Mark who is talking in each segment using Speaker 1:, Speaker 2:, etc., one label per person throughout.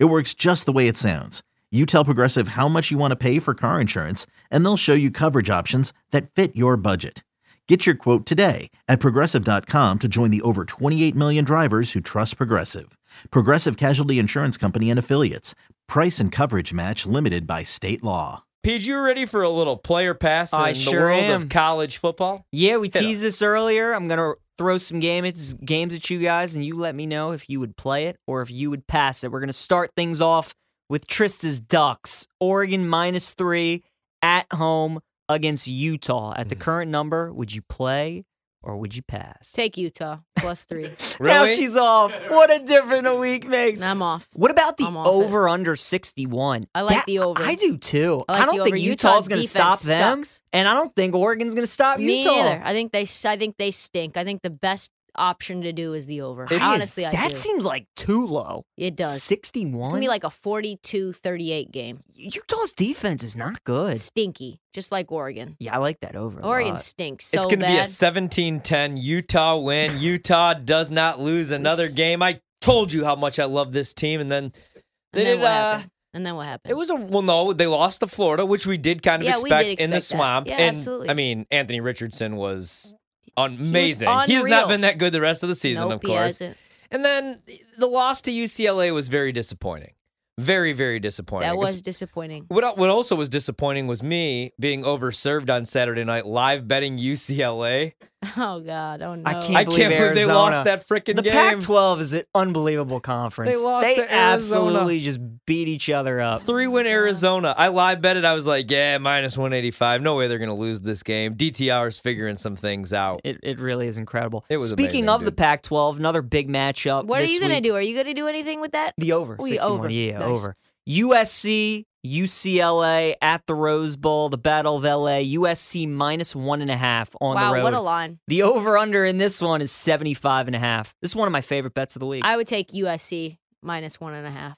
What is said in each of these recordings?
Speaker 1: It works just the way it sounds. You tell Progressive how much you want to pay for car insurance, and they'll show you coverage options that fit your budget. Get your quote today at progressive.com to join the over 28 million drivers who trust Progressive. Progressive Casualty Insurance Company and Affiliates. Price and coverage match limited by state law.
Speaker 2: Pidge, you ready for a little player pass in
Speaker 3: I
Speaker 2: the
Speaker 3: sure
Speaker 2: world
Speaker 3: am.
Speaker 2: of college football?
Speaker 3: Yeah, we
Speaker 2: Hit 'em.
Speaker 3: teased this earlier. I'm gonna throw some games games at you guys, and you let me know if you would play it or if you would pass it. We're gonna start things off with Trista's Ducks, Oregon minus three at home against Utah. At
Speaker 2: Mm-hmm.
Speaker 3: the current number, would you play or would you pass?
Speaker 4: Take Utah plus three.
Speaker 3: Now
Speaker 2: Really?
Speaker 3: she's off. What a different a week makes.
Speaker 4: And I'm off.
Speaker 3: What about the
Speaker 4: I'm off it.
Speaker 3: over under 61?
Speaker 4: I like
Speaker 3: That-
Speaker 4: the over.
Speaker 3: I do too.
Speaker 4: I
Speaker 3: I,
Speaker 4: like the
Speaker 3: don't think
Speaker 4: over.
Speaker 3: Utah's
Speaker 4: Utah's
Speaker 3: going to stop
Speaker 4: defense
Speaker 3: them,
Speaker 4: sucks.
Speaker 3: and I don't think Oregon's going to stop
Speaker 4: Me
Speaker 3: Utah.
Speaker 4: either. I think they. s- I think they stink. I think the best option to do is the over.
Speaker 3: That is-
Speaker 4: Honestly, I
Speaker 3: that
Speaker 4: do.
Speaker 3: seems like too low.
Speaker 4: it does. It's
Speaker 3: 61.
Speaker 4: gonna be like a 42-38 game.
Speaker 3: Utah's defense is not good.
Speaker 4: Stinky, just like Oregon.
Speaker 3: Yeah, I like that over. a
Speaker 4: Oregon
Speaker 3: lot.
Speaker 4: stinks so
Speaker 2: it's going to be a
Speaker 4: bad.
Speaker 2: 17-10 Utah win. Utah does not lose another game. I told you how much I love this team, and then they
Speaker 4: and then
Speaker 2: did.
Speaker 4: what
Speaker 2: Uh,
Speaker 4: happened? And then what happened?
Speaker 2: it was a well, no, they lost to Florida, which we did kind of
Speaker 4: Yeah, we did
Speaker 2: expect, in the
Speaker 4: expect that.
Speaker 2: swamp.
Speaker 4: Yeah,
Speaker 2: and
Speaker 4: absolutely.
Speaker 2: I mean, Anthony Richardson was amazing. He, has
Speaker 4: unreal.
Speaker 2: not been that good the rest of the season,
Speaker 4: nope,
Speaker 2: of
Speaker 4: he
Speaker 2: course.
Speaker 4: hasn't.
Speaker 2: And then the loss to UCLA was very disappointing. Very, very disappointing.
Speaker 4: That was disappointing.
Speaker 2: What, al- what also was disappointing was me being overserved on Saturday night live betting UCLA.
Speaker 4: Oh God, oh no.
Speaker 3: I can't
Speaker 2: I
Speaker 3: believe
Speaker 2: can't believe they
Speaker 3: Arizona.
Speaker 2: lost that freaking
Speaker 3: The
Speaker 2: game.
Speaker 3: Pac-12 is an unbelievable conference.
Speaker 2: They lost to Arizona.
Speaker 3: absolutely just beat each other up.
Speaker 2: Three win Arizona. I live betted. I was like, yeah, minus 185. No way they're going to lose this game. DTR's figuring some things out.
Speaker 3: It, it really is incredible.
Speaker 2: It was
Speaker 3: Speaking
Speaker 2: amazing,
Speaker 3: of the
Speaker 2: dude.
Speaker 3: Pac-12, another big matchup.
Speaker 4: What are
Speaker 3: this
Speaker 4: you gonna
Speaker 3: week.
Speaker 4: do? Are you gonna do anything with that?
Speaker 3: The over.
Speaker 4: We
Speaker 3: 61.
Speaker 4: over.
Speaker 3: Yeah,
Speaker 4: Nice.
Speaker 3: over. USC, UCLA at the Rose Bowl, the Battle of LA. USC minus one and a half on
Speaker 4: wow,
Speaker 3: the road.
Speaker 4: what a line.
Speaker 3: the over under in this one is 75 and a half. This is one of my favorite bets of the week.
Speaker 4: I would take USC minus one and a half.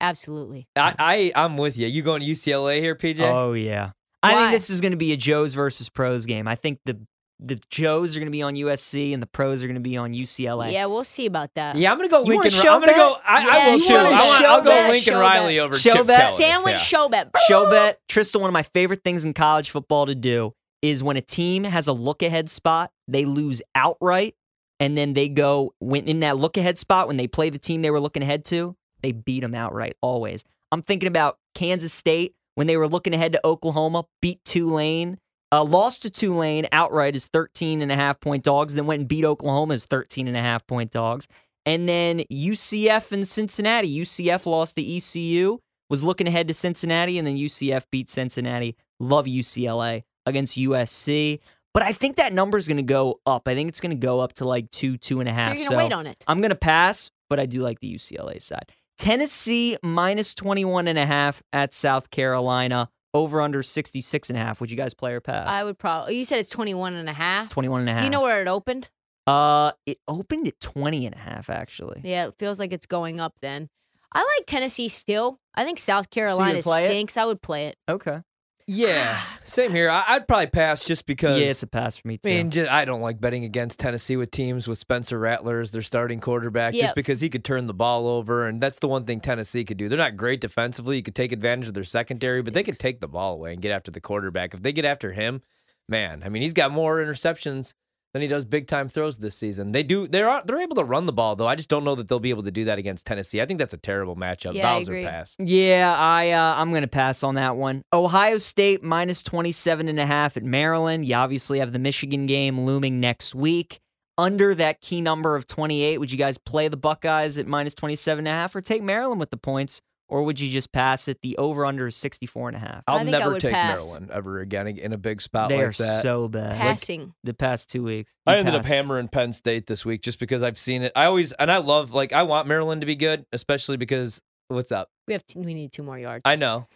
Speaker 4: Absolutely.
Speaker 2: I, I, I'm with you. You going UCLA here, PJ?
Speaker 3: Oh yeah. I
Speaker 4: Why?
Speaker 3: think this is going to be a Joes versus pros game. I think the the Joes are going to be on USC and the pros are going to go on UCLA.
Speaker 4: Yeah, we'll see about that.
Speaker 2: yeah, I'm going to go
Speaker 3: You wanna
Speaker 2: Lincoln.
Speaker 3: show
Speaker 2: I'm going to go.
Speaker 3: bet?
Speaker 2: I,
Speaker 4: Yeah,
Speaker 2: I will
Speaker 4: you
Speaker 2: too. I
Speaker 4: wanna
Speaker 2: want,
Speaker 3: show
Speaker 2: I'll go
Speaker 3: bet?
Speaker 2: Lincoln
Speaker 4: Show
Speaker 2: Riley
Speaker 4: bet.
Speaker 2: over
Speaker 3: Show
Speaker 2: Chip
Speaker 3: bet?
Speaker 2: Kelly.
Speaker 4: Sandwich
Speaker 2: Yeah.
Speaker 4: show bet.
Speaker 3: Show bet, Tristan, one of my favorite things in college football to do is when a team has a look ahead spot, they lose outright and then they go when in that look ahead spot when they play the team they were looking ahead to, they beat them outright always. I'm thinking about Kansas State when they were looking ahead to Oklahoma, beat Tulane, uh, lost to Tulane outright as 13 and a half point dogs, then went and beat Oklahoma as 13 and a half point dogs. And then UCF and Cincinnati. UCF lost to ECU was looking ahead to Cincinnati, and then UCF beat Cincinnati. Love UCLA against USC. But I think that number's going to go up. I think it's going to go up to like two, two and a
Speaker 4: So
Speaker 3: half.
Speaker 4: you're gonna wait on it.
Speaker 3: I'm going to pass, but I do like the UCLA side. Tennessee minus 21 and a half at South Carolina, over under 66 and a half. Would you guys play or pass?
Speaker 4: I would probably. You said it's 21 and a half.
Speaker 3: 21 and a half.
Speaker 4: Do you know where it opened?
Speaker 3: Uh, it opened at 20 and a half, actually.
Speaker 4: Yeah, it feels like it's going up then. I like Tennessee still. I think South
Speaker 3: you'd
Speaker 4: Carolina
Speaker 3: play it?
Speaker 4: stinks. I would play it.
Speaker 3: Okay.
Speaker 2: Yeah, same here. I, I'd probably pass just
Speaker 3: Yeah,
Speaker 2: because.
Speaker 3: it's a pass for me,
Speaker 2: I
Speaker 3: too.
Speaker 2: mean, ju- I don't like betting against Tennessee with teams with Spencer Rattler as their starting quarterback,
Speaker 4: Yep.
Speaker 2: just because he could turn the ball over, and that's the one thing Tennessee could do. They're not great defensively; you could take advantage of their secondary, but they could take the ball away and get after the quarterback. If they get after him, man, I mean, he's got more interceptions than he does big time throws this season. They do they are they're able to run the ball though. I just don't know that they'll be able to do that against Tennessee. I think that's a terrible matchup.
Speaker 4: Yeah, I
Speaker 2: Bowser
Speaker 4: agree.
Speaker 2: pass.
Speaker 3: Yeah, I uh, I'm gonna pass on that one. Ohio State minus 27 and a half at Maryland. You obviously have the Michigan game looming next week. Under that key number of 28, would you guys play the Buckeyes at minus 27 and a half or take Maryland with the points? Or would you just pass it? The over under is 64 and a half.
Speaker 4: I
Speaker 2: I'll
Speaker 4: think I
Speaker 2: never
Speaker 4: would
Speaker 2: take
Speaker 4: pass.
Speaker 2: Maryland ever again in a big spot
Speaker 3: They
Speaker 2: like
Speaker 3: are
Speaker 2: that.
Speaker 3: so bad. Like,
Speaker 4: Passing.
Speaker 3: the past two weeks.
Speaker 2: I
Speaker 3: You
Speaker 2: ended up
Speaker 3: passed.
Speaker 2: hammering Penn State this week just because I've seen it. I always and I love like I want Maryland to be good, especially because what's up?
Speaker 4: we have. T- we need two more yards.
Speaker 2: I know.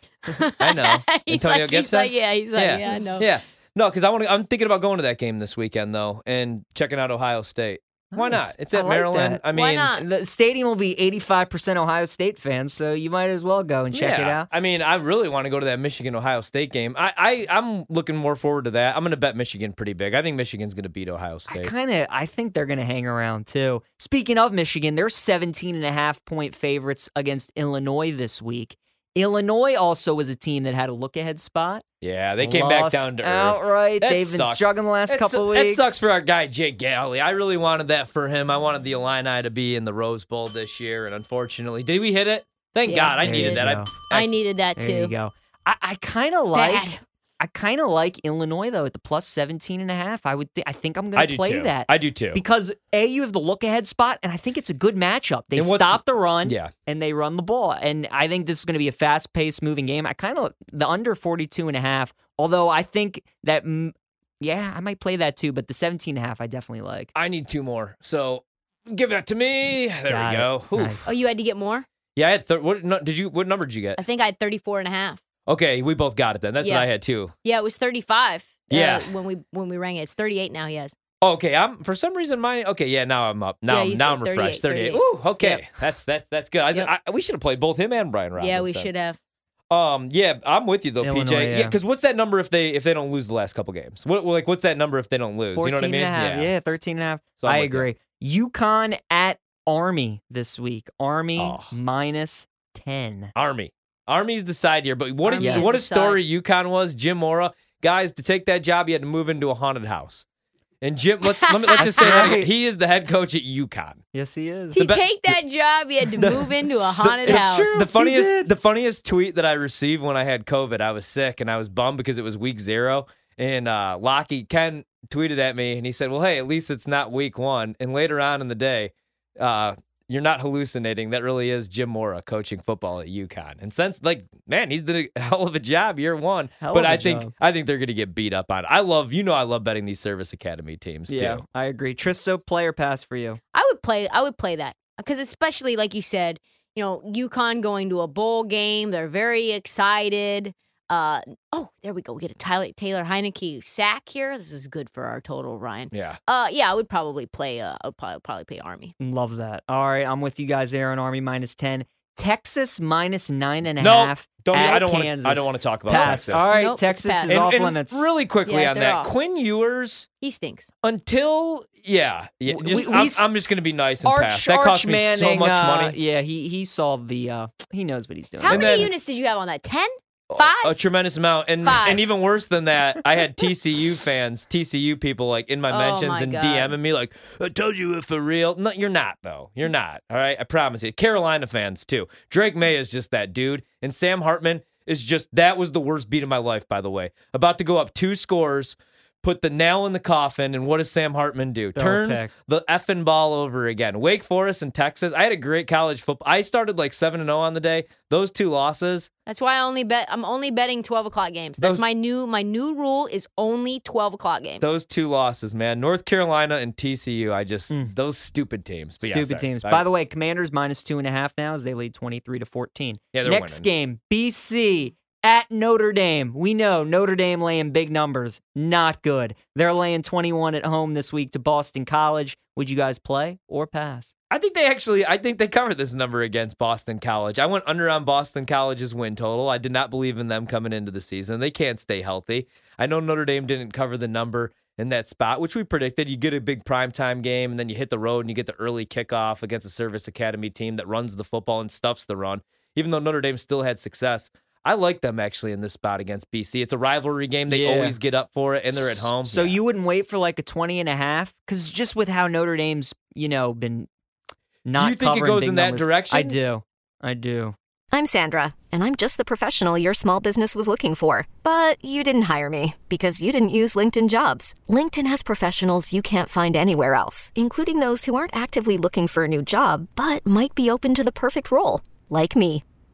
Speaker 2: I know.
Speaker 4: he's
Speaker 2: Antonio
Speaker 4: like, He's
Speaker 2: Gibson?
Speaker 4: like, yeah. He's like,
Speaker 2: Yeah.
Speaker 4: yeah. I
Speaker 3: Oh.
Speaker 4: know.
Speaker 2: Yeah. No, because I want to. I'm thinking about going to that game this weekend though, and checking out Ohio State. Why
Speaker 3: Nice.
Speaker 2: not? It's
Speaker 3: I
Speaker 2: at
Speaker 3: like
Speaker 2: Maryland.
Speaker 3: that.
Speaker 2: I mean,
Speaker 4: Why not?
Speaker 3: The stadium will be 85% Ohio State fans, so you might as well go and check it
Speaker 2: yeah.
Speaker 3: out.
Speaker 2: I mean, I really want to go to that Michigan Ohio State game. I, I I'm looking more forward to that. I'm going to bet Michigan pretty big. I think Michigan's going to beat Ohio
Speaker 3: I
Speaker 2: State.
Speaker 3: kind of I think they're going to hang around too. Speaking of Michigan, they're 17 and a half point favorites against Illinois this week. Illinois also was a team that had a look ahead spot.
Speaker 2: Yeah, they came back
Speaker 3: Lost
Speaker 2: down to earth.
Speaker 3: Outright.
Speaker 2: That
Speaker 3: They've been
Speaker 2: sucks.
Speaker 3: struggling the last
Speaker 2: That
Speaker 3: couple
Speaker 2: su-
Speaker 3: weeks.
Speaker 2: That sucks for our guy Jake Galley. I really wanted that for him. I wanted the Illini to be in the Rose Bowl this year, and unfortunately, did we hit it? Thank
Speaker 4: Yeah,
Speaker 2: God, I
Speaker 4: we
Speaker 2: needed
Speaker 4: did.
Speaker 2: that.
Speaker 3: No.
Speaker 2: I,
Speaker 4: I needed that
Speaker 3: There you
Speaker 4: too.
Speaker 3: go. I, I kind of
Speaker 4: Bad.
Speaker 3: like I kind of like Illinois though at the plus 17 and a half. I would thi- I think I'm
Speaker 2: I
Speaker 3: going to
Speaker 2: do
Speaker 3: play
Speaker 2: too.
Speaker 3: that.
Speaker 2: I do too.
Speaker 3: because a you have the look ahead spot and i think it's a good matchup they
Speaker 2: And what's
Speaker 3: stop the, run
Speaker 2: yeah,
Speaker 3: and they run the ball and i think this is going to be a fast paced moving game i kind of the under 42 and a half although i think that mm, yeah i might play that too but the 17 and a half i definitely like
Speaker 2: I need two more. So give that to me. There
Speaker 3: Got
Speaker 2: we
Speaker 3: it.
Speaker 2: go. Ooh.
Speaker 3: Nice.
Speaker 4: Oh, you had to get more.
Speaker 2: Yeah, I had thir- what no, did you? What number did you get?
Speaker 4: I think I had 34 and a half.
Speaker 2: Okay, we both got it then. That's
Speaker 4: Yeah.
Speaker 2: what I had too.
Speaker 4: Yeah, it was 35. uh,
Speaker 2: Yeah.
Speaker 4: when we when we rang it, it's 38 now. He has.
Speaker 2: Okay, I'm for some reason mine. Okay, yeah, now I'm up. Now
Speaker 4: Yeah,
Speaker 2: I'm
Speaker 4: he's
Speaker 2: now I'm
Speaker 4: got
Speaker 2: refreshed.
Speaker 4: 38,
Speaker 2: 38. Ooh, okay,
Speaker 4: Yep.
Speaker 2: that's that's that's good. I, said-
Speaker 4: Yep.
Speaker 2: I- we should have played both him and Brian Robinson.
Speaker 4: Yeah, we should have.
Speaker 2: Um, yeah, I'm with you though,
Speaker 3: Illinois,
Speaker 2: PJ. Yeah,
Speaker 3: yeah.
Speaker 2: because what's that number if they if they don't lose the last couple games? What like what's that number if they don't lose?
Speaker 3: 14
Speaker 2: You know what I mean?
Speaker 3: and a half yeah, 13 and a half
Speaker 2: So I'm
Speaker 3: i
Speaker 2: with you.
Speaker 3: agree yukon at army this week army
Speaker 2: Oh.
Speaker 3: minus 10
Speaker 2: Army. Army's the side here, but what a,
Speaker 3: Army's
Speaker 2: what
Speaker 4: the
Speaker 2: a story UConn was. Jim Mora, guys, to take that job, he had to move into a haunted house. And Jim, let's let me, let's just say that
Speaker 3: That's
Speaker 2: again.
Speaker 3: right.
Speaker 2: he is the head coach at UConn.
Speaker 3: yes he is
Speaker 4: To
Speaker 2: be-
Speaker 4: take that job, he had to move into a haunted
Speaker 2: it's
Speaker 4: house.
Speaker 2: True. The funniest
Speaker 3: did.
Speaker 2: the funniest tweet that I received when I had COVID, I was sick and I was bummed because it was week zero. And uh Lockie Ken tweeted at me and he said, Well, hey, at least it's not week one. And later on in the day, uh, you're not hallucinating. That really is Jim Mora coaching football at UConn. And since like, man, he's did a hell of a job year one.
Speaker 3: Hell
Speaker 2: but
Speaker 3: of a
Speaker 2: I think
Speaker 3: job.
Speaker 2: I think they're gonna get beat up on. I love you know I love betting these service academy teams
Speaker 3: yeah
Speaker 2: too.
Speaker 3: i agree tristo player pass for you
Speaker 4: I would play. I would play that because especially like you said, you know, UConn going to a bowl game. They're very excited. Uh, oh, there we go. We get a Tyler Taylor Heineke sack here. This is good for our total, Ryan.
Speaker 2: Yeah.
Speaker 4: Uh, yeah, I would probably play. Uh, I would probably, probably play Army.
Speaker 3: Love that. All right, I'm with you guys. Aaron Army minus ten, Texas minus nine and a half.
Speaker 2: No, Don't
Speaker 3: at
Speaker 2: I don't want
Speaker 3: Kansas.
Speaker 2: I don't want to talk about
Speaker 3: pass.
Speaker 2: Texas.
Speaker 3: All right,
Speaker 4: Nope, it's
Speaker 3: Texas
Speaker 4: pass.
Speaker 3: is
Speaker 4: And-
Speaker 3: off limits.
Speaker 2: Really quickly
Speaker 4: Yeah,
Speaker 2: on
Speaker 4: they're
Speaker 2: that,
Speaker 4: off.
Speaker 2: Quinn Ewers
Speaker 4: He stinks.
Speaker 2: until yeah, yeah.
Speaker 3: W-
Speaker 2: Just,
Speaker 3: we- we
Speaker 2: I'm,
Speaker 3: s-
Speaker 2: I'm just gonna be nice and
Speaker 3: Arch,
Speaker 2: pass. That
Speaker 3: Arch
Speaker 2: cost me so
Speaker 3: Manning,
Speaker 2: much
Speaker 3: uh,
Speaker 2: money.
Speaker 3: Yeah, he he saw the. Uh, he knows what he's doing.
Speaker 4: How
Speaker 2: And
Speaker 4: many
Speaker 2: then-
Speaker 4: units did you have on that? Ten? Five?
Speaker 2: A, tremendous amount, and
Speaker 4: Five.
Speaker 2: and even worse than that, I had TCU fans, TCU people like in my
Speaker 4: Oh
Speaker 2: mentions
Speaker 4: my
Speaker 2: and
Speaker 4: God.
Speaker 2: DMing me like, "I told you if for real." No, you're not though. You're not. All right, I promise you. Carolina fans too. Drake May is just that dude, and Sam Hartman is just that was the worst beat of my life. By the way, about to go up two scores. Put the nail in the coffin, and what does Sam Hartman do?
Speaker 3: Throw a
Speaker 2: Turns
Speaker 3: pick.
Speaker 2: the effing ball over again. Wake Forest and Texas. I had a great college football. I started like seven and zero on the day. Those two losses,
Speaker 4: That's why I only bet. I'm only betting twelve o'clock games. That's
Speaker 2: Those-
Speaker 4: my new my new rule is only twelve o'clock games.
Speaker 2: those two losses, man. North Carolina and TCU. I just
Speaker 3: Mm.
Speaker 2: those stupid teams. But yeah,
Speaker 3: Stupid
Speaker 2: sorry.
Speaker 3: teams.
Speaker 2: I-
Speaker 3: By the way, Commanders minus two and a half now as they lead twenty three to fourteen.
Speaker 2: Yeah, they're winning.
Speaker 3: Next game, BC at Notre Dame. We know Notre Dame laying big numbers. Not good. They're laying twenty one at home this week to Boston College. Would you guys play or pass?
Speaker 2: I think they actually. I think they covered this number against Boston College. I went under on Boston College's win total. I did not believe in them coming into the season. They can't stay healthy. I know Notre Dame didn't cover the number in that spot, which we predicted. You get a big primetime game, and then you hit the road and you get the early kickoff against a service academy team that runs the football and stuffs the run. Even though Notre Dame still had success, I like them actually in this spot against BC. It's a rivalry game. They
Speaker 3: Yeah.
Speaker 2: always get up for it and they're at home.
Speaker 3: So you wouldn't wait for like a 20 and a half? Because just with how Notre Dame's, you know, been not
Speaker 2: you think it
Speaker 3: covering
Speaker 2: goes
Speaker 3: big
Speaker 2: in that
Speaker 3: numbers- I
Speaker 2: direction?
Speaker 3: do. I do.
Speaker 5: I'm Sandra, and I'm just the professional your small business was looking for. But you didn't hire me because you didn't use LinkedIn jobs. LinkedIn has professionals you can't find anywhere else, including those who aren't actively looking for a new job but might be open to the perfect role, like me.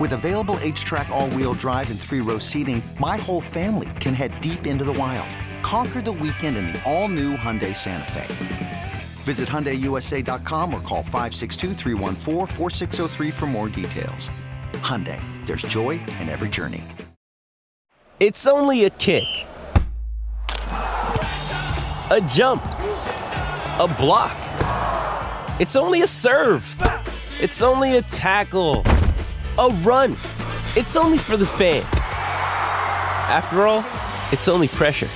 Speaker 6: With available H track, all wheel drive, and three row seating, my whole family can head deep into the wild. Conquer the weekend in the all new Hyundai Santa Fe. Visit HyundaiUSA.com or call 562-314-4603 for more details. Hyundai, there's joy in every journey.
Speaker 7: It's only a kick, a jump, a block. It's only a serve. It's only a tackle, a run. It's only for the fans. After all, it's only pressure.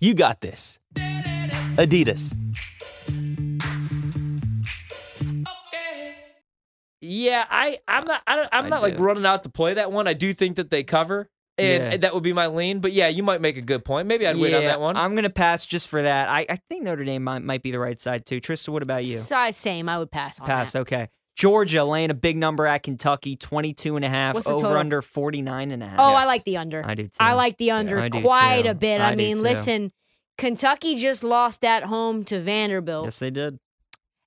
Speaker 7: You got this. Adidas.
Speaker 2: Yeah, I I'm not I don't, I'm
Speaker 3: I
Speaker 2: not like
Speaker 3: do.
Speaker 2: running out to play that one. I do think that they cover, and
Speaker 3: Yeah.
Speaker 2: that would be my lean. But yeah, you might make a good point. Maybe I'd wait on
Speaker 3: Yeah,
Speaker 2: that one.
Speaker 3: I'm gonna pass just for that. I, I think Notre Dame might, might be the right side too. Trista, what about you?
Speaker 4: So, same. I would pass on
Speaker 3: pass.
Speaker 4: that.
Speaker 3: Okay. Georgia laying a big number at Kentucky, 22 and a half,
Speaker 4: What's the
Speaker 3: over
Speaker 4: total?
Speaker 3: under 49 and a half.
Speaker 4: Oh, I like the under.
Speaker 3: I do too.
Speaker 4: I like the under
Speaker 3: I do
Speaker 4: quite
Speaker 3: too.
Speaker 4: a bit. I,
Speaker 3: I do
Speaker 4: mean,
Speaker 3: too.
Speaker 4: listen, Kentucky just lost at home to Vanderbilt,
Speaker 3: Yes, they did.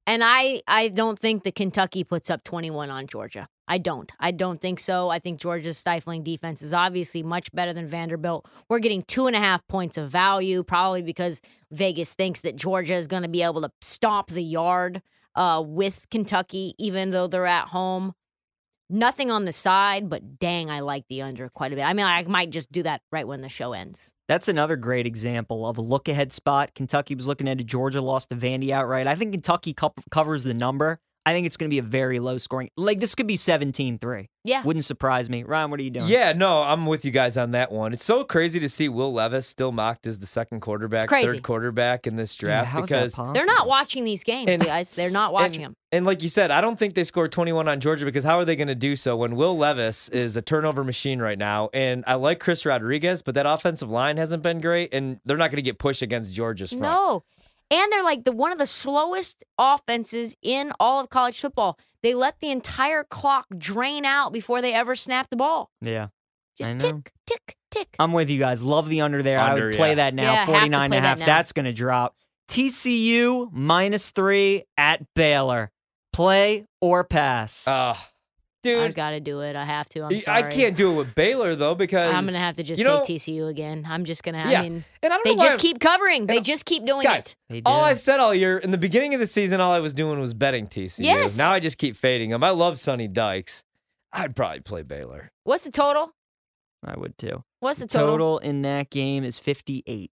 Speaker 4: and I I don't think that Kentucky puts up 21 on Georgia. I don't. I don't think so. I think Georgia's stifling defense is obviously much better than Vanderbilt. We're getting two and a half points of value, probably because Vegas thinks that Georgia is going to be able to stomp the yard uh, with Kentucky, even though they're at home. Nothing on the side, but dang, I like the under quite a bit. I mean, I might just do that right when the show ends.
Speaker 3: That's another great example of a look ahead spot. Kentucky was looking at it. Georgia lost to Vandy outright. I think Kentucky co- covers the number. I think it's going to be a very low scoring. Like this could be 17 3.
Speaker 4: Yeah.
Speaker 3: Wouldn't surprise me. Ryan, what are you doing?
Speaker 2: yeah, no, I'm with you guys on that one. It's so crazy to see Will Levis still mocked as the second quarterback,
Speaker 4: crazy.
Speaker 2: third quarterback in this
Speaker 3: Yeah,
Speaker 2: draft
Speaker 3: how is that
Speaker 2: because
Speaker 3: possible?
Speaker 4: They're not watching these games,
Speaker 2: And-
Speaker 4: guys. They're not watching
Speaker 2: and,
Speaker 4: them.
Speaker 2: And like you said, I don't think they scored 21 on Georgia because how are they going to do so when Will Levis is a turnover machine right now? And I like Chris Rodriguez, but that offensive line hasn't been great, and they're not going to get pushed against Georgia's front.
Speaker 4: No. And they're like the one of the slowest offenses in all of college football. They let the entire clock drain out before they ever snap the ball.
Speaker 3: Yeah. I
Speaker 4: Just
Speaker 3: know. Um,
Speaker 4: tick, tick, tick.
Speaker 3: I'm with you guys. Love the under there. I
Speaker 2: Under,
Speaker 3: would play
Speaker 2: yeah.
Speaker 3: that now.
Speaker 4: Yeah, have to
Speaker 3: 49
Speaker 4: play
Speaker 3: and a
Speaker 4: that
Speaker 3: half.
Speaker 4: now.
Speaker 3: That's going to drop. TCU minus three at Baylor. Play or pass.
Speaker 2: Uh,
Speaker 4: I've
Speaker 2: dude,
Speaker 4: got to do it. I have to. I'm
Speaker 2: I,
Speaker 4: sorry.
Speaker 2: can't do it with Baylor though because
Speaker 4: I'm gonna have to just
Speaker 2: you know-
Speaker 4: take TCU again. I'm just gonna.
Speaker 2: Yeah,
Speaker 4: I mean,
Speaker 2: and I don't know
Speaker 4: they
Speaker 2: why I'm-
Speaker 4: just keep covering. They
Speaker 2: and-
Speaker 4: just keep doing
Speaker 2: guys,
Speaker 4: it.
Speaker 3: They
Speaker 2: All
Speaker 3: did.
Speaker 2: I've said all year in the beginning of the season, all I was doing was betting TCU.
Speaker 4: Yes.
Speaker 2: Now I just keep fading them. I love Sonny Dykes. I'd probably play Baylor.
Speaker 4: What's the total?
Speaker 3: I would too.
Speaker 4: What's the total?
Speaker 3: total? in that game is 58.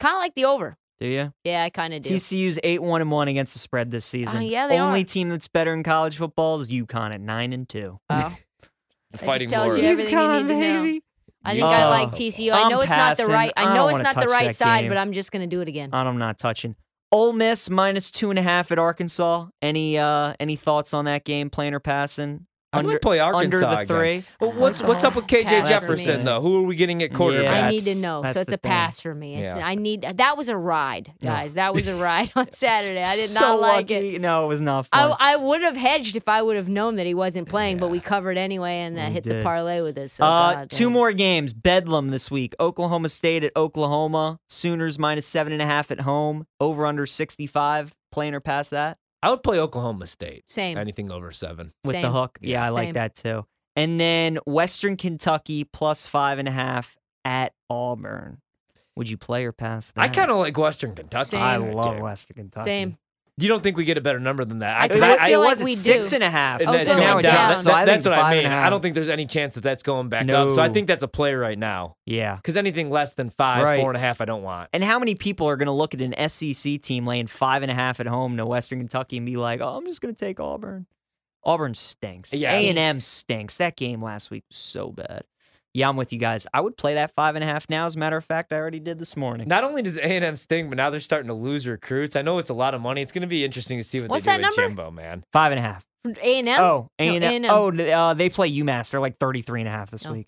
Speaker 4: Kind of like the over.
Speaker 3: Do you?
Speaker 4: Yeah, I kind of do.
Speaker 3: TCU's 8 1 and 1 against the spread this season.
Speaker 4: yeah, they
Speaker 3: Only
Speaker 4: are.
Speaker 3: team that's better in college football is UConn at 9 and 2.
Speaker 4: Wow.
Speaker 2: The
Speaker 4: just
Speaker 2: fighting
Speaker 4: tells you
Speaker 2: Warriors.
Speaker 4: everything you need to know. I think I
Speaker 3: Oh,
Speaker 4: like TCU. I
Speaker 3: I'm
Speaker 4: know it's not the
Speaker 3: passing.
Speaker 4: right. I
Speaker 3: I
Speaker 4: know
Speaker 3: don't
Speaker 4: it's
Speaker 3: wanna
Speaker 4: not the
Speaker 3: touch
Speaker 4: right
Speaker 3: that
Speaker 4: side,
Speaker 3: game.
Speaker 4: but I'm just gonna do it again.
Speaker 3: I'm not touching. Ole Miss minus two and a half at Arkansas. Any uh any thoughts on that game, playing or passing?
Speaker 2: I would play
Speaker 3: under
Speaker 2: Arkansas
Speaker 3: the
Speaker 2: again.
Speaker 3: three.
Speaker 2: Well, what's what's up with KJ
Speaker 4: Pass.
Speaker 2: Jefferson though? Who are we getting at
Speaker 3: Yeah.
Speaker 2: quarterback?
Speaker 4: I need to
Speaker 3: That's-
Speaker 4: know. So
Speaker 3: that's
Speaker 4: it's
Speaker 3: the
Speaker 4: a pass for me. It's,
Speaker 2: Yeah.
Speaker 4: I need that was a ride,
Speaker 3: No.
Speaker 4: guys. That was a ride on Saturday. I did
Speaker 3: so
Speaker 4: not like it.
Speaker 3: lucky. No, it was not fun. Uh,
Speaker 4: I, I would have hedged if I would have known that he wasn't playing, but we covered anyway, and that
Speaker 3: We
Speaker 4: hit the
Speaker 3: did.
Speaker 4: parlay with us. So
Speaker 3: uh,
Speaker 4: God,
Speaker 3: two
Speaker 4: dang.
Speaker 3: more games. Bedlam this week. Oklahoma State at Oklahoma. Sooners minus seven and a half at home. Over under sixty five. Playing or pass that
Speaker 2: I would play Oklahoma State.
Speaker 4: Same.
Speaker 2: Anything over seven.
Speaker 3: with the
Speaker 4: Same.
Speaker 3: hook. Yeah, I like
Speaker 4: Same.
Speaker 3: that too. And then Western Kentucky plus five and a half at Auburn. Would you play or pass that?
Speaker 2: I kind of like Western Kentucky.
Speaker 4: Same.
Speaker 3: I love Western Kentucky.
Speaker 4: Same.
Speaker 2: You don't think we get a better number than that?
Speaker 4: I
Speaker 3: It,
Speaker 4: feel
Speaker 3: was-
Speaker 4: like
Speaker 3: it was
Speaker 4: we
Speaker 3: at
Speaker 4: do.
Speaker 3: six and a half.
Speaker 4: Oh,
Speaker 2: that's
Speaker 4: so
Speaker 3: and now
Speaker 4: we're
Speaker 3: it's
Speaker 4: down.
Speaker 3: down.
Speaker 2: That-
Speaker 3: So I think
Speaker 2: that's what I
Speaker 3: five
Speaker 2: mean.
Speaker 3: and a half.
Speaker 2: I don't think there's any chance that that's going back up. So I
Speaker 3: No.
Speaker 2: think that's a play right now.
Speaker 3: Yeah.
Speaker 2: Because anything less than five,
Speaker 3: Right.
Speaker 2: four and a half, I don't want.
Speaker 3: And how many people are going to look at an SEC team laying five and a half at home to Western Kentucky and be like, "Oh, I'm just going to take Auburn." Auburn stinks.
Speaker 2: Yeah.
Speaker 3: A and M stinks. That game last week was so bad. Yeah, I'm with you guys. I would play that five and a half now. As a matter of fact, I already did this morning.
Speaker 2: Not only does A and M sting, but now they're starting to lose recruits. I know it's a lot of money. It's going to be interesting to see what
Speaker 4: What's
Speaker 2: they
Speaker 4: that
Speaker 2: do with
Speaker 4: number?
Speaker 2: Jimbo, man.
Speaker 3: Five and a half.
Speaker 4: From A&M?
Speaker 3: Oh,
Speaker 4: No,
Speaker 3: A and M.
Speaker 4: A&M.
Speaker 3: Oh, uh, they play UMass. They're like 33 and a half this
Speaker 4: No.
Speaker 3: week.